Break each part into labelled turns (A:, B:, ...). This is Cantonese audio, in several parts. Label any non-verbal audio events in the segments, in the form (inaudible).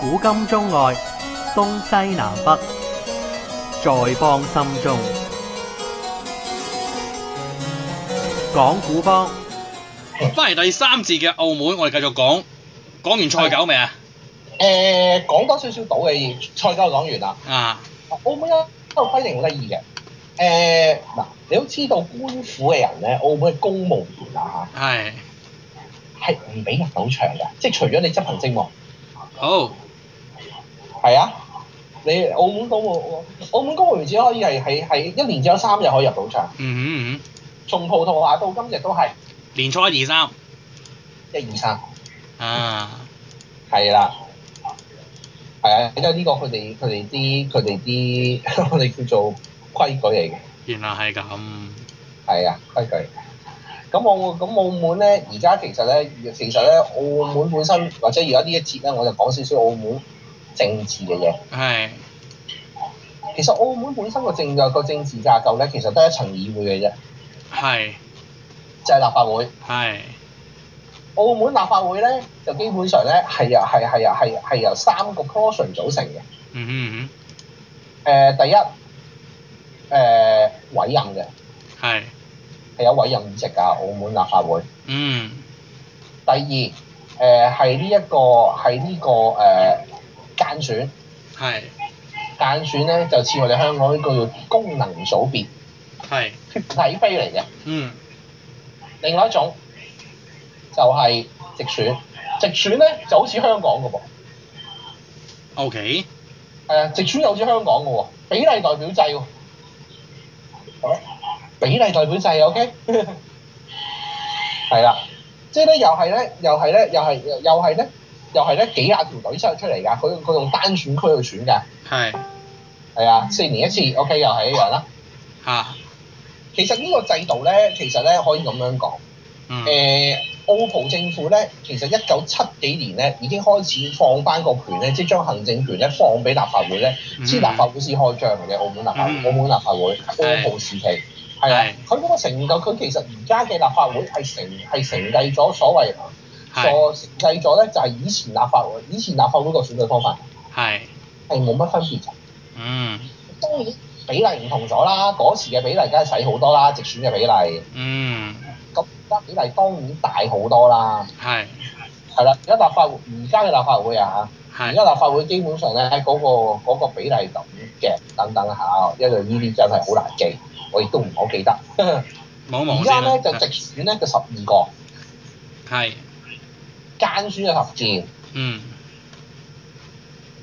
A: 古今中外，東西南北，在邦心中。講古幫
B: 翻嚟第三節嘅澳門，我哋繼續講，講完賽狗未啊？
C: 誒呃講多少少賭嘅賽狗講完啦。
B: 啊，
C: 澳門一個規定好得意嘅。誒、嗱，你都知道官府嘅人咧，澳門嘅公務員啊
B: 係，
C: 嚇，係唔俾入賭場嘅，即係除咗你執行職務，
B: 好，
C: 係啊，你澳門公務澳門公務員只可以係係係一年只有三日可以入賭場，
B: 嗯哼嗯
C: 從葡萄牙到今日都係
B: 哼，年初一二三，
C: 一二三，
B: 啊，
C: 係啦。係啊，因為呢個佢哋佢哋啲佢哋啲 (laughs) 我哋叫做規矩嚟嘅。
B: 原來係咁，
C: 係啊，規矩。咁澳咁澳門咧，而家其實咧，其實咧，澳門本身或者而家呢一節咧，我就講少少澳門政治嘅嘢。
B: 係，
C: 其實澳門本身個政個政治架構咧，其實都係一層議會嘅啫，
B: 係，
C: 就係、立法會。
B: 係，
C: 澳門立法會咧，就基本上咧係由係係由係係由三個 portion 組成嘅。誒、
B: 嗯哼嗯
C: 第一誒、委任嘅
B: 哼，係，
C: 係有委任議席㗎，澳門立法會。
B: 嗯，
C: 第二誒係呢一個係呢、個誒、間選。
B: 係，
C: 間選咧就似我哋香港呢個叫功能組別
B: 係，
C: 睇飛嚟嘅。
B: 嗯，
C: 另外一種就係直選，直選咧就好似香港嘅噃，誒、
B: ，OK，
C: 呃直選又好似香港嘅喎，比例代表制喎，係咪比例代表制 OK，係啦，即係咧又係咧又係咧又係又係咧又係咧幾廿條隊出出嚟㗎，佢佢用單選區去選㗎，
B: 係，
C: 係啊，四年一次 OK 又係一樣啦。
B: 嚇，
C: 其實呢個制度咧，其實咧可以咁樣講。誒、
B: 嗯，
C: 澳葡政府咧，其實一九七幾年咧已經開始放翻個權咧，即係將行政權咧放俾立法會咧，
B: 嗯
C: 先立法會先開張嘅啫。澳門立法會、
B: 嗯
C: 澳門立法會，
B: 係
C: 澳葡時期係啦
B: 係，
C: 佢嗰個成就，佢其實而家嘅立法會係承係承繼咗所謂
B: 係，
C: 所承繼咗咧，就係以前立法會以前立法會個選舉方法
B: 係，
C: 係冇乜分別嘅。
B: 嗯，
C: 當然比例唔同咗啦，嗰時嘅比例梗係細好多啦，直選嘅比例，
B: 嗯，
C: 咁而家比例當然大好多啦。
B: 係，
C: 係啦，而家立法會而家嘅立法會啊嚇，而
B: 係，
C: 家立法會基本上咧嗰、個嗰個比例咁嘅等等下，因為呢啲真係好難記，我亦都唔好記得。
B: 冇
C: 而
B: 冇
C: 家
B: 先啦
C: 咧，就直選咧就十二個，
B: 係，
C: 間選就十件，
B: 嗯，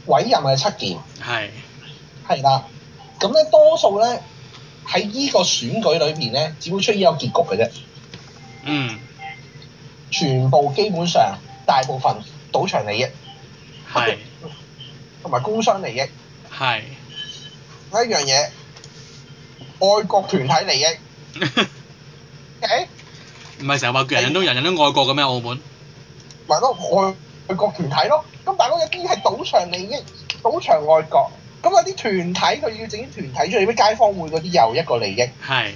C: 委任係七件，
B: 係，
C: 係啦。咁咧多數咧喺呢個選舉裏邊咧，只會出現一個結局嘅啫。
B: 嗯，
C: 全部基本上大部分賭場利益
B: 係，
C: 同埋工商利益，
B: 係，
C: 有一樣嘢外國團體利益。o
B: (laughs) 唔係成日話人人都人人都愛國嘅咩？澳門
C: 咪咯外外國團體咯。咁但係嗰有啲係賭場利益，賭場外國。咁有啲團體佢要整啲團體出嚟，啲街坊會嗰啲又一個利益。
B: 係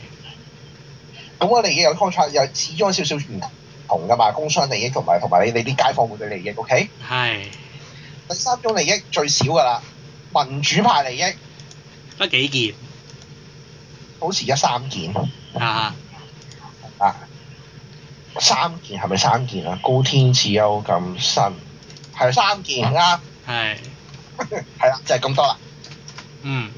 C: 咁個利益有 contract 又始終有少少唔同噶嘛，工商利益同埋同埋你你啲街坊會嘅利益，OK？
B: 係
C: 第三種利益最少噶啦，民主派利益
B: 得幾件
C: 好似而家三件
B: 啊？
C: 啊，三件係咪三件啊？高天賜優咁新係啊三件啱，
B: 係
C: (laughs) 係啦，就係、咁多啦。
B: 嗯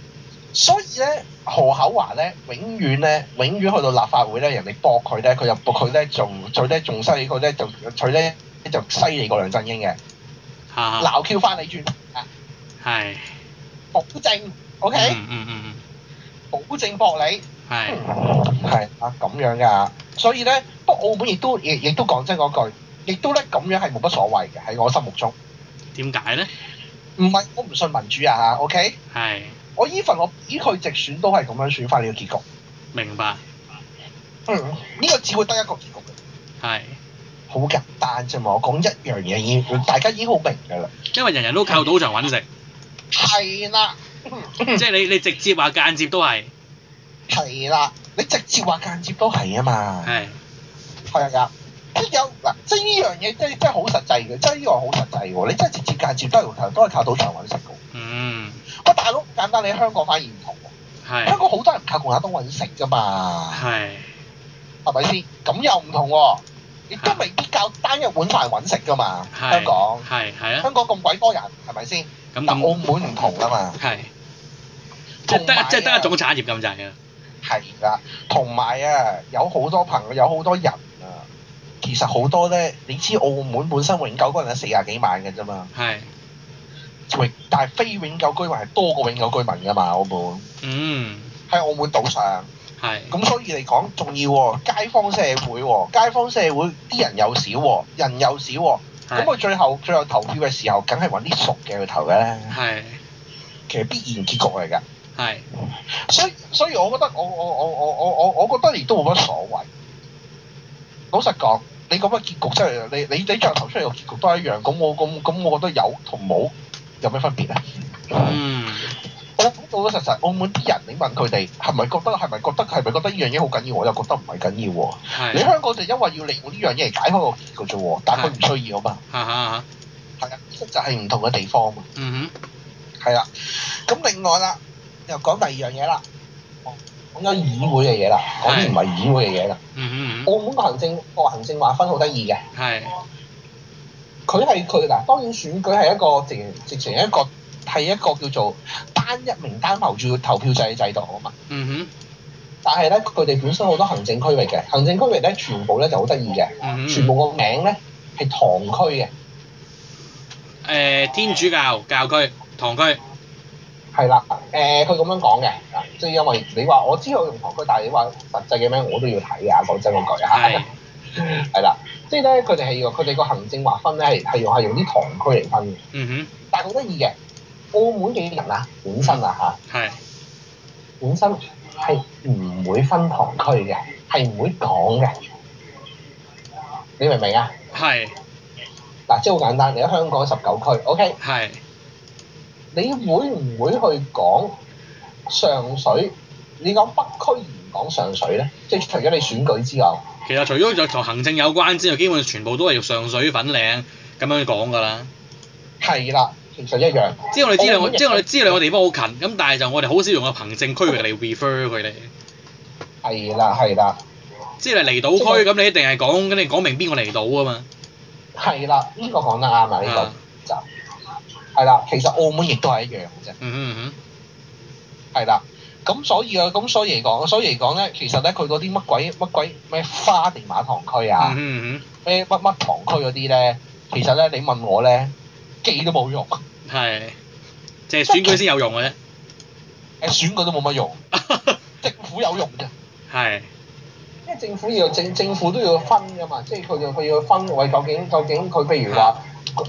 C: 所以咧，何口華咧，永遠咧，永遠去到立法會咧，人哋駁佢咧，佢又佢咧，仲佢咧仲犀利，佢咧就佢咧就犀利過梁振英嘅，
B: 嚇
C: 鬧 Q 翻你轉啊，
B: 係
C: 保證，OK，、
B: 嗯嗯嗯嗯
C: 保證駁你，
B: 係
C: 係啊咁樣噶，所以咧，不過澳門亦都亦亦都講真嗰句，亦都咧咁樣係冇乜所謂嘅喺我心目中，
B: 點解咧？
C: 唔係我唔信民主啊嚇，OK，
B: 係
C: 我 even 我俾佢直選都係咁樣選翻呢個結局，
B: 明白
C: 嗯，呢、個只會得一個結局嘅。
B: 係，
C: 好簡單啫嘛，我講一樣嘢已經，大家已經好明㗎啦。
B: 因為人人都靠賭場揾食，
C: 係啦，
B: 即係你你直接話間接都係
C: 係啦，你直接話間接都係啊嘛，
B: 係
C: 係啊，即係有嗱，即係呢樣嘢真係真係好實際嘅，真係呢個好實際嘅喎。你真係直接間接得用頭，都係靠賭場揾食嘅喎。
B: 嗯，
C: 喂，大佬簡單，你香港反而唔同喎。香
B: 係
C: 港好多人靠共產黨揾食㗎嘛，
B: 係
C: 係咪先？咁又唔同喎，亦都未必靠單一碗飯揾食㗎嘛。
B: 係
C: 香港
B: 係係啊，
C: 香港咁鬼多人，係咪先？
B: 咁
C: 但澳
B: 咁
C: 門唔同啊嘛。
B: 係，即係
C: 同埋
B: 得
C: 啊
B: 即係得一種產業咁滯嘅，
C: 係啦，同埋啊，有好多朋友，有好多人啊，其實好多咧，你知澳門本身永久居民係四廿幾萬嘅啫嘛，
B: 係，
C: 永但係非永久居民係多過永久居民㗎嘛，澳門
B: 嗯，
C: 喺澳門島上，
B: 係
C: 咁所以嚟講仲要喎、街坊社會喎、街坊社會啲人又少喎、人又少喎、咁
B: 係
C: 佢最後最後投票嘅時候，梗係揾啲熟嘅去投嘅咧，
B: 係
C: 其實必然結局嚟㗎。
B: 係
C: 所以所以我覺得我我我我我我我覺得亦都冇乜所謂。老實講，你咁嘅結局真係你你你最後投出嚟個結局都一樣，咁我咁咁，我覺得有同冇有咩分別咧？
B: 嗯
C: 我老老實實，澳門啲人你問佢哋係咪覺得係咪覺得係咪覺得呢樣嘢好緊要？我又覺得唔係緊要喎。你
B: 係，
C: 香港就因為要利用呢樣嘢嚟解開個結局啫喎，但係佢唔需要啊嘛。
B: 哈哈哈，
C: 係啊，呢個就係唔同嘅地方啊嘛。
B: 嗯
C: 係啦，咁另外啦，又講第二樣嘢啦，講咗議會嘅嘢啦，講啲唔係議會嘅嘢啦。
B: 哼，嗯哼，
C: 澳門個行政個行政劃分好得意嘅，
B: 係
C: 佢係佢嗱，當然選舉係一個直直情一個係一個叫做單一名單投票投票制嘅制度啊嘛。
B: 嗯
C: 但係咧，佢哋本身好多行政區域嘅，行政區域咧全部咧就好得意嘅，
B: 哼，嗯
C: 全
B: 哼
C: 部個名咧係堂區嘅，
B: 誒天主教教區堂區
C: 係啦，誒佢咁樣講嘅，嗱即係因為你話我知道用堂區，但係你話實際嘅咩我都要睇㗎，講真嗰句啊 (laughs)
B: 係。
C: 係啦，即係咧，佢哋係用佢哋個行政劃分咧，係係用係用啲堂區嚟分嘅。
B: 嗯
C: 但係好得意嘅，澳門嘅人啊，本身啊嚇，
B: 哼係
C: 本身係唔會分堂區嘅，係唔會講嘅。你明唔明啊？
B: 係
C: 嗱，即係好簡單，你喺香港十九區，OK，
B: 係
C: 你會唔會去講上水？你講北區而唔講上水咧？即係除咗你選舉之外，
B: 其實除咗就同行政有關之外，基本上全部都係要上水粉嶺咁樣講㗎啦。
C: 係啦，其實一樣。
B: 即係我哋知兩個，
C: 澳門亦
B: 即係我哋知兩個地方好近，咁但係就我哋好少用個行政區域嚟 refer 佢哋。
C: 係啦，係啦。
B: 即係離島區，咁你一定係講，咁你講明邊個離島啊嘛。
C: 係啦，呢、個講得啱啊！呢、個
B: 啊
C: 就係啦，其實澳門亦都係一樣嘅啫，
B: 嗯哼
C: 係啦。咁所以啊，咁所以嚟講，所以嚟講咧，其實咧佢嗰啲乜鬼乜鬼咩花地馬堂區
B: 嗯哼，
C: 啊，
B: 嗯
C: 咩乜乜堂區嗰啲咧，其實咧你問我咧，記都冇用，
B: 哼，係，即係選舉先有用嘅
C: 誒選舉都冇乜用，
B: 啫。
C: 政府有用嘅，
B: 係，
C: 因為政府要政政府都要分㗎嘛，即係佢就佢要分喂究竟究竟佢譬如話。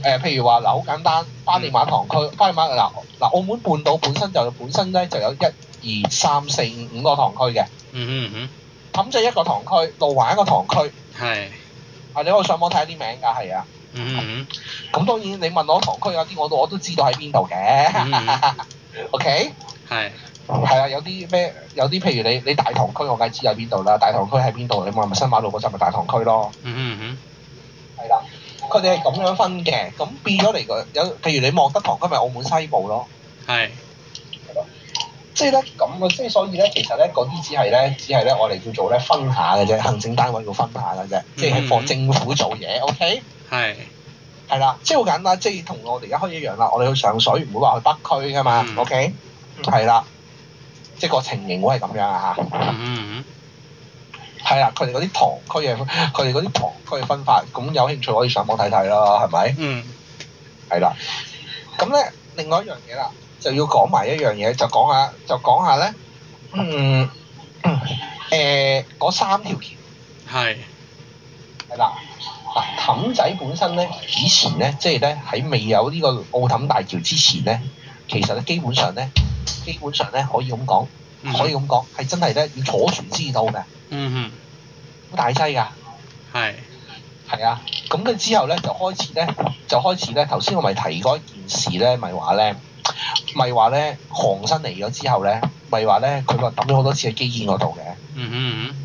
C: 誒、譬如話嗱，好簡單，巴地馬堂區，巴地馬嗱嗱，澳門半島本身就本身咧就有一二三四五個堂區嘅，
B: 嗯哼嗯
C: 氹仔一個堂區，路環一個堂區，
B: 哼，係，
C: 啊你可以上網睇下啲名㗎，係啊，
B: 嗯哼
C: 咁當然你問我堂區有啲我都我都知道喺邊度
B: Mm-hmm,
C: (laughs) 嘅，OK，
B: 嗯，係，
C: 係啊，有啲咩有啲譬如你你大堂區我梗係知喺邊度啦，大堂區喺邊度，你咪咪新馬路嗰陣咪大堂區咯。
B: 嗯哼
C: 係啦，佢哋係咁樣分嘅，咁變咗嚟講，有譬如你望德堂區咪澳門西部咯，
B: 嗯，係，
C: 即係咧咁啊，即係所以咧，其實咧嗰啲只係咧，只係咧我哋叫做咧分下嘅啫，行政單位要分下嘅啫，
B: 嗯
C: 即係幫政府做嘢，OK？
B: 係，
C: 係啦，即係好簡單，即係同我哋而家開一樣啦，我哋去上水唔會話去北區噶嘛、
B: 嗯
C: o k 係啦，即係個情形會係咁樣啊嚇。
B: 嗯哼嗯
C: 係啦，佢哋嗰啲堂區嘅，佢哋嗰啲堂區嘅分法，咁有興趣可以上網睇睇啦，係咪？
B: 嗯，
C: 係啦。咁咧，另外一樣嘢啦，就要講埋一樣嘢，就講下，就講下咧，嗯， (coughs) 嗯誒，嗰、三條橋
B: 係，
C: 係啦。嗱，氹仔本身咧，以前咧，即係咧喺未有呢個澳氹大橋之前咧，其實咧基本上咧，基本上咧可以咁講，
B: 嗯
C: 可以咁講，係真係咧要坐船先至到嘅，
B: 嗯
C: 好大劑㗎。
B: 哼，係，
C: 係啊，咁跟之後咧就開始咧，就開始咧，頭先我咪提過一件事咧，咪話咧，咪話咧，
B: Mm-hmm,
C: 韓生嚟咗之後咧，咪話咧，佢話抌咗好多次喺基建嗰度嘅，
B: 嗯哼嗯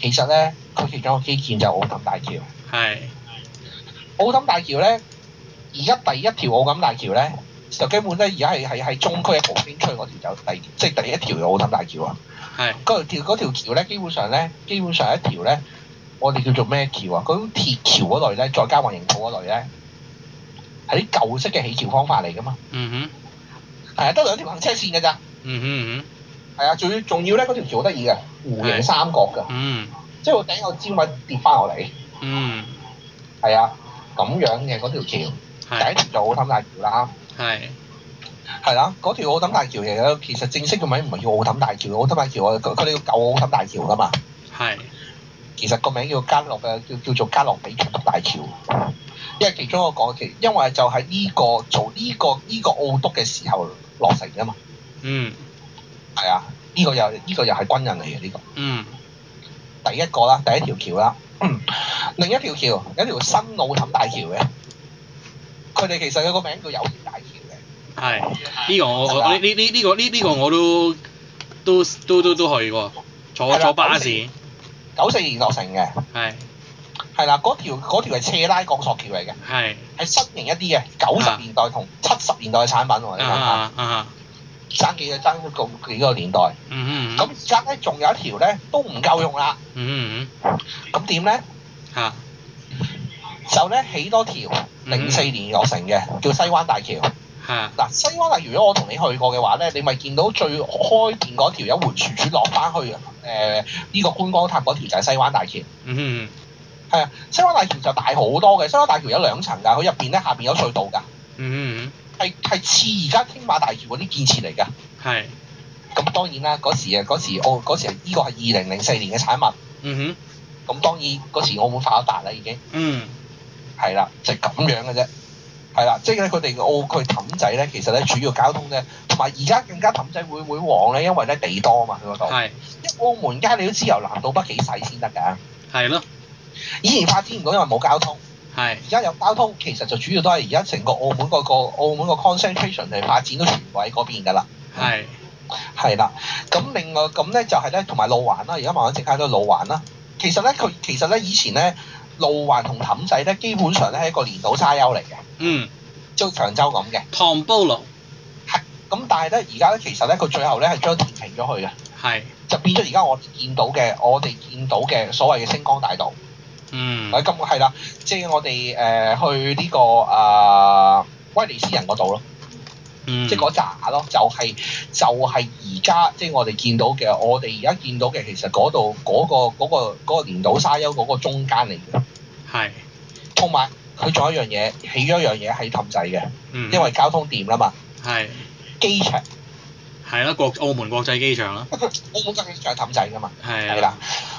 C: 其實咧佢其中一個基建就係澳氹大橋。
B: 係
C: 澳氹大橋咧，而家第一條澳氹大橋咧，就基本咧而家係係喺中區嘅葡京區嗰條就第即係第一條澳氹大橋啊。
B: 係
C: 嗰條嗰條橋咧，基本上咧，基本上一條咧，我哋叫做咩橋啊？嗰種鐵橋嗰類咧，再加混凝土嗰類咧，係啲舊式嘅起橋方法嚟噶嘛。
B: 嗯哼
C: 係啊，得兩條行車線㗎咋。
B: 嗯哼
C: 係啊，仲要仲要咧，嗰條橋好得意嘅，弧形三角㗎，
B: 嗯哼
C: 即係個頂個尖位跌翻落嚟。
B: 嗯嗯
C: 係啊，咁樣嘅嗰條橋，第一
B: 係
C: 條就好氹大橋啦。
B: 係
C: 係啦，嗰條澳氹大橋其實其實正式嘅名唔係叫澳氹大橋，澳氹大橋佢佢哋叫舊澳氹大橋㗎嘛。
B: 係
C: 其實個名叫加洛嘅，叫叫做加洛比橋大橋。因為其中一個講其，因為就喺呢、個做呢、個呢、個澳督嘅時候落成噶嘛，
B: 嗯
C: 係啊，呢、個又呢、個又係軍人嚟嘅呢
B: 嗯
C: 個第一個啦，第一條橋啦， (clears throat) 另一條橋有一條新澳氹大橋嘅，佢哋其實有個名叫友誼大橋嘅，
B: 係呢個我我呢呢呢呢個呢呢個我都都都都都去過，坐坐巴士
C: 九四年落成嘅，
B: 係
C: 係啦，嗰條嗰條係斜拉鋼索橋嚟嘅，
B: 係
C: 係新型一啲嘅，九十年代同七十年代嘅產品喎，你
B: 啊
C: 諗下，
B: 啊啊
C: 爭幾個爭咁幾個年代。
B: 嗯
C: 咁
B: 哼
C: 而家咧仲有一條咧都唔夠用啦，
B: 嗯嗯
C: 咁點咧？
B: 嚇
C: 就咧起多條零四年落成嘅，叫西灣大橋。
B: 嚇
C: 嗱，西灣大橋如果我同你去過嘅話咧，你咪見到最開邊嗰條有迴旋處落翻去誒呢、個觀光塔嗰條就係西灣大橋。
B: 嗯
C: 係啊，西灣大橋就大好多嘅，西灣大橋有兩層㗎，佢入邊咧下邊有隧道㗎，
B: 嗯
C: 係係似而家天馬大橋嗰啲建設嚟㗎。
B: 係
C: 咁當然啦，嗰時啊，嗰時澳嗰時呢個係二零零四年嘅產物，
B: 嗯哼
C: 咁當然嗰時澳門發咗達啦已經。
B: 嗯
C: 係啦，就係、咁樣嘅啫。係啦，即係咧佢哋嘅澳區氹仔咧，其實咧主要交通咧，同埋而家更加氹仔會會旺咧，因為咧地多嘛，佢嗰度。
B: 係
C: 因為澳門街你都知由南到北幾細先得㗎。
B: 係咯
C: 以前發展唔到，因為冇交通。
B: 係
C: 而家有交通，其實就主要都係而家成個澳門嗰、個澳門個 concentration 嚟發展都全部喺嗰邊㗎啦。
B: 係
C: 係啦，咁另外咁咧就係咧，同埋路環啦，而家慢慢整開咗路環啦。其實咧，佢其實咧以前咧路環同氹仔咧，基本上咧係一個連島沙丘嚟嘅。
B: 嗯
C: 即係長洲咁嘅。
B: 唐煲爐
C: 咁但係咧，而家咧其實咧，佢最後咧係將填平咗佢嘅，
B: 係
C: 就變咗而家我哋見到嘅，我哋見到嘅所謂嘅星光大道。
B: 嗯
C: 咁係啦，即係我哋誒、呃去呢、個啊、威尼斯人嗰度咯，
B: 嗯
C: 即係嗰扎咯，就係、就係而家即係我哋見到嘅，我哋而家見到嘅其實嗰度嗰個嗰、個嗰、個連島沙丘嗰個中間嚟嘅，
B: 係
C: 同埋佢仲有一樣嘢，起咗一樣嘢喺氹仔嘅，
B: 嗯
C: 因為交通掂啦嘛，
B: 係
C: 機場
B: 係啦國澳門國際機場啦
C: 澳門嘅機場係氹仔噶嘛。
B: 係
C: 係
B: 啦
C: 啦，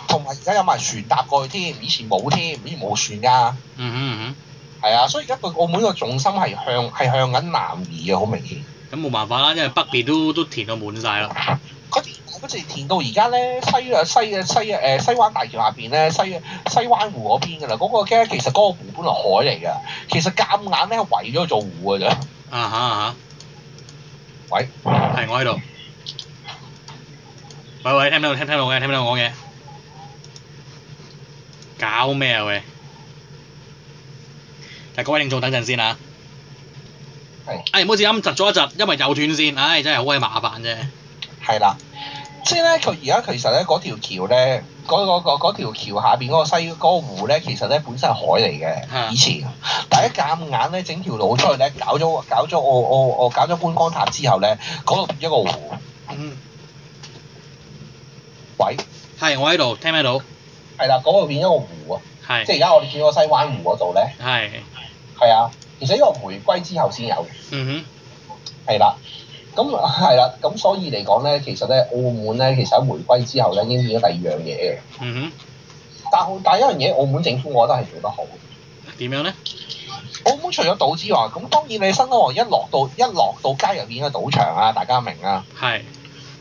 C: 同埋而家有埋船搭過去添，以前冇添，以前冇船㗎，
B: 嗯嗯
C: 係啊，所以而家佢澳門個重心係向係向緊南移嘅，啊好明顯。
B: 嗯咁冇辦法啦，因為北邊都都填到滿晒啦
C: 佢填嗰陣填到而家咧，西啊西啊西啊誒西灣大橋下邊咧，西啊西灣湖嗰邊㗎啦，嗰、個嘅其實嗰個湖本來海嚟㗎，其實夾硬咧圍咗做湖㗎啫。
B: 啊嚇啊嚇
C: 喂
B: 係我喺度喂喂聽唔聽到聽唔聽到我嘅聽唔聽到我嘅搞咩啊喂嗱各位聽眾等陣先啊
C: 係
B: 誒唔好意思啱窒咗一窒，因為又斷線，唉、真係好鬼麻煩啫。
C: 係啦，即係咧，佢而家其實咧嗰條橋咧，嗰、嗰個嗰條橋下邊嗰個西嗰、個湖咧，其實咧本身係海嚟
B: 啊
C: 嘅，以前，但係一夾硬咧整條路出去咧，搞咗搞咗我我我搞咗觀光塔之後咧，嗰度變咗個湖。
B: 嗯，
C: 喂，
B: 係我喺度，聽唔聽到？
C: 係啦，嗰度變咗個湖啊！即
B: 係
C: 係而家我哋見到個西灣湖嗰度咧，
B: 係，
C: 係啊，其實呢個回歸之後先有嘅，
B: 嗯
C: 係啦。咁係啦，咁所以嚟講咧，其實咧澳門咧，其實喺回歸之後咧，已經變咗第二樣嘢嘅。
B: 哼，嗯
C: 但係但係一樣嘢，澳門政府我覺得係做得好。
B: 哼，點樣咧？
C: 澳門除咗賭之外，咁當然你新歐皇一落到一落到街入邊嘅賭場啊，大家明啊。
B: 係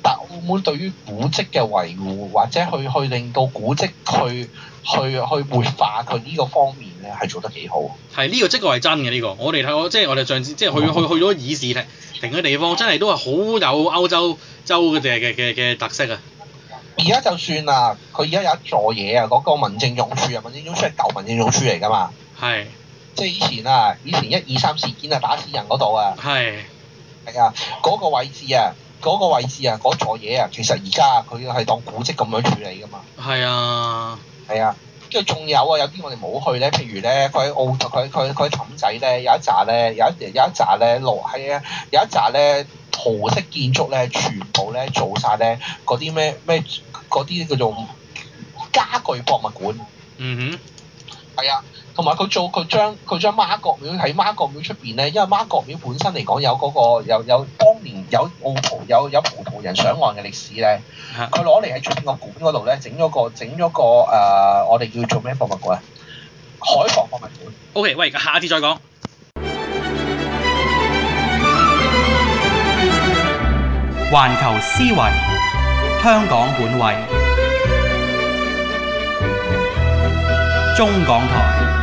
C: 但澳門對於古蹟嘅維護，或者去去令到古蹟去去去活化佢呢個方面咧，係做得幾好。
B: 係呢個即個係真嘅呢個，我哋睇過，即係我哋上次即係去去去咗議事亭亭嘅地方，真係都係好有歐洲洲嘅嘅嘅嘅特色啊！
C: 而家就算啊，佢而家有一座嘢啊，嗰、個民政總署啊，民政總署係舊民政總署嚟㗎嘛，
B: 係
C: 即係以前啊，以前一二三事件啊，打死人嗰度啊，
B: 係
C: 係啊，嗰、個位置啊，嗰、個位置啊，嗰座嘢啊，其實而家佢係當古蹟咁樣處理㗎嘛，
B: 係啊，
C: 係啊，跟住仲有啊，有啲我哋冇去咧，譬如咧，佢喺澳洲，佢佢佢喺氹仔咧有一紮咧，有一有一紮咧路係啊，有一紮咧葡式建築咧，全部咧做晒咧嗰啲咩咩嗰啲叫做家具博物館。
B: 嗯
C: 係啊，同埋佢做佢將佢將媽閣廟喺媽閣廟出邊咧，因為媽閣廟本身嚟講有嗰、個有有當年有澳葡有有葡萄人上岸嘅歷史咧，
B: 哼，嚇
C: 佢攞嚟喺出邊個館嗰度咧整咗個整咗個誒、呃我哋叫做咩博物館啊？海防博物館。
B: ，OK，喂，下次再講。
A: 環球思維，香港本位，中港台。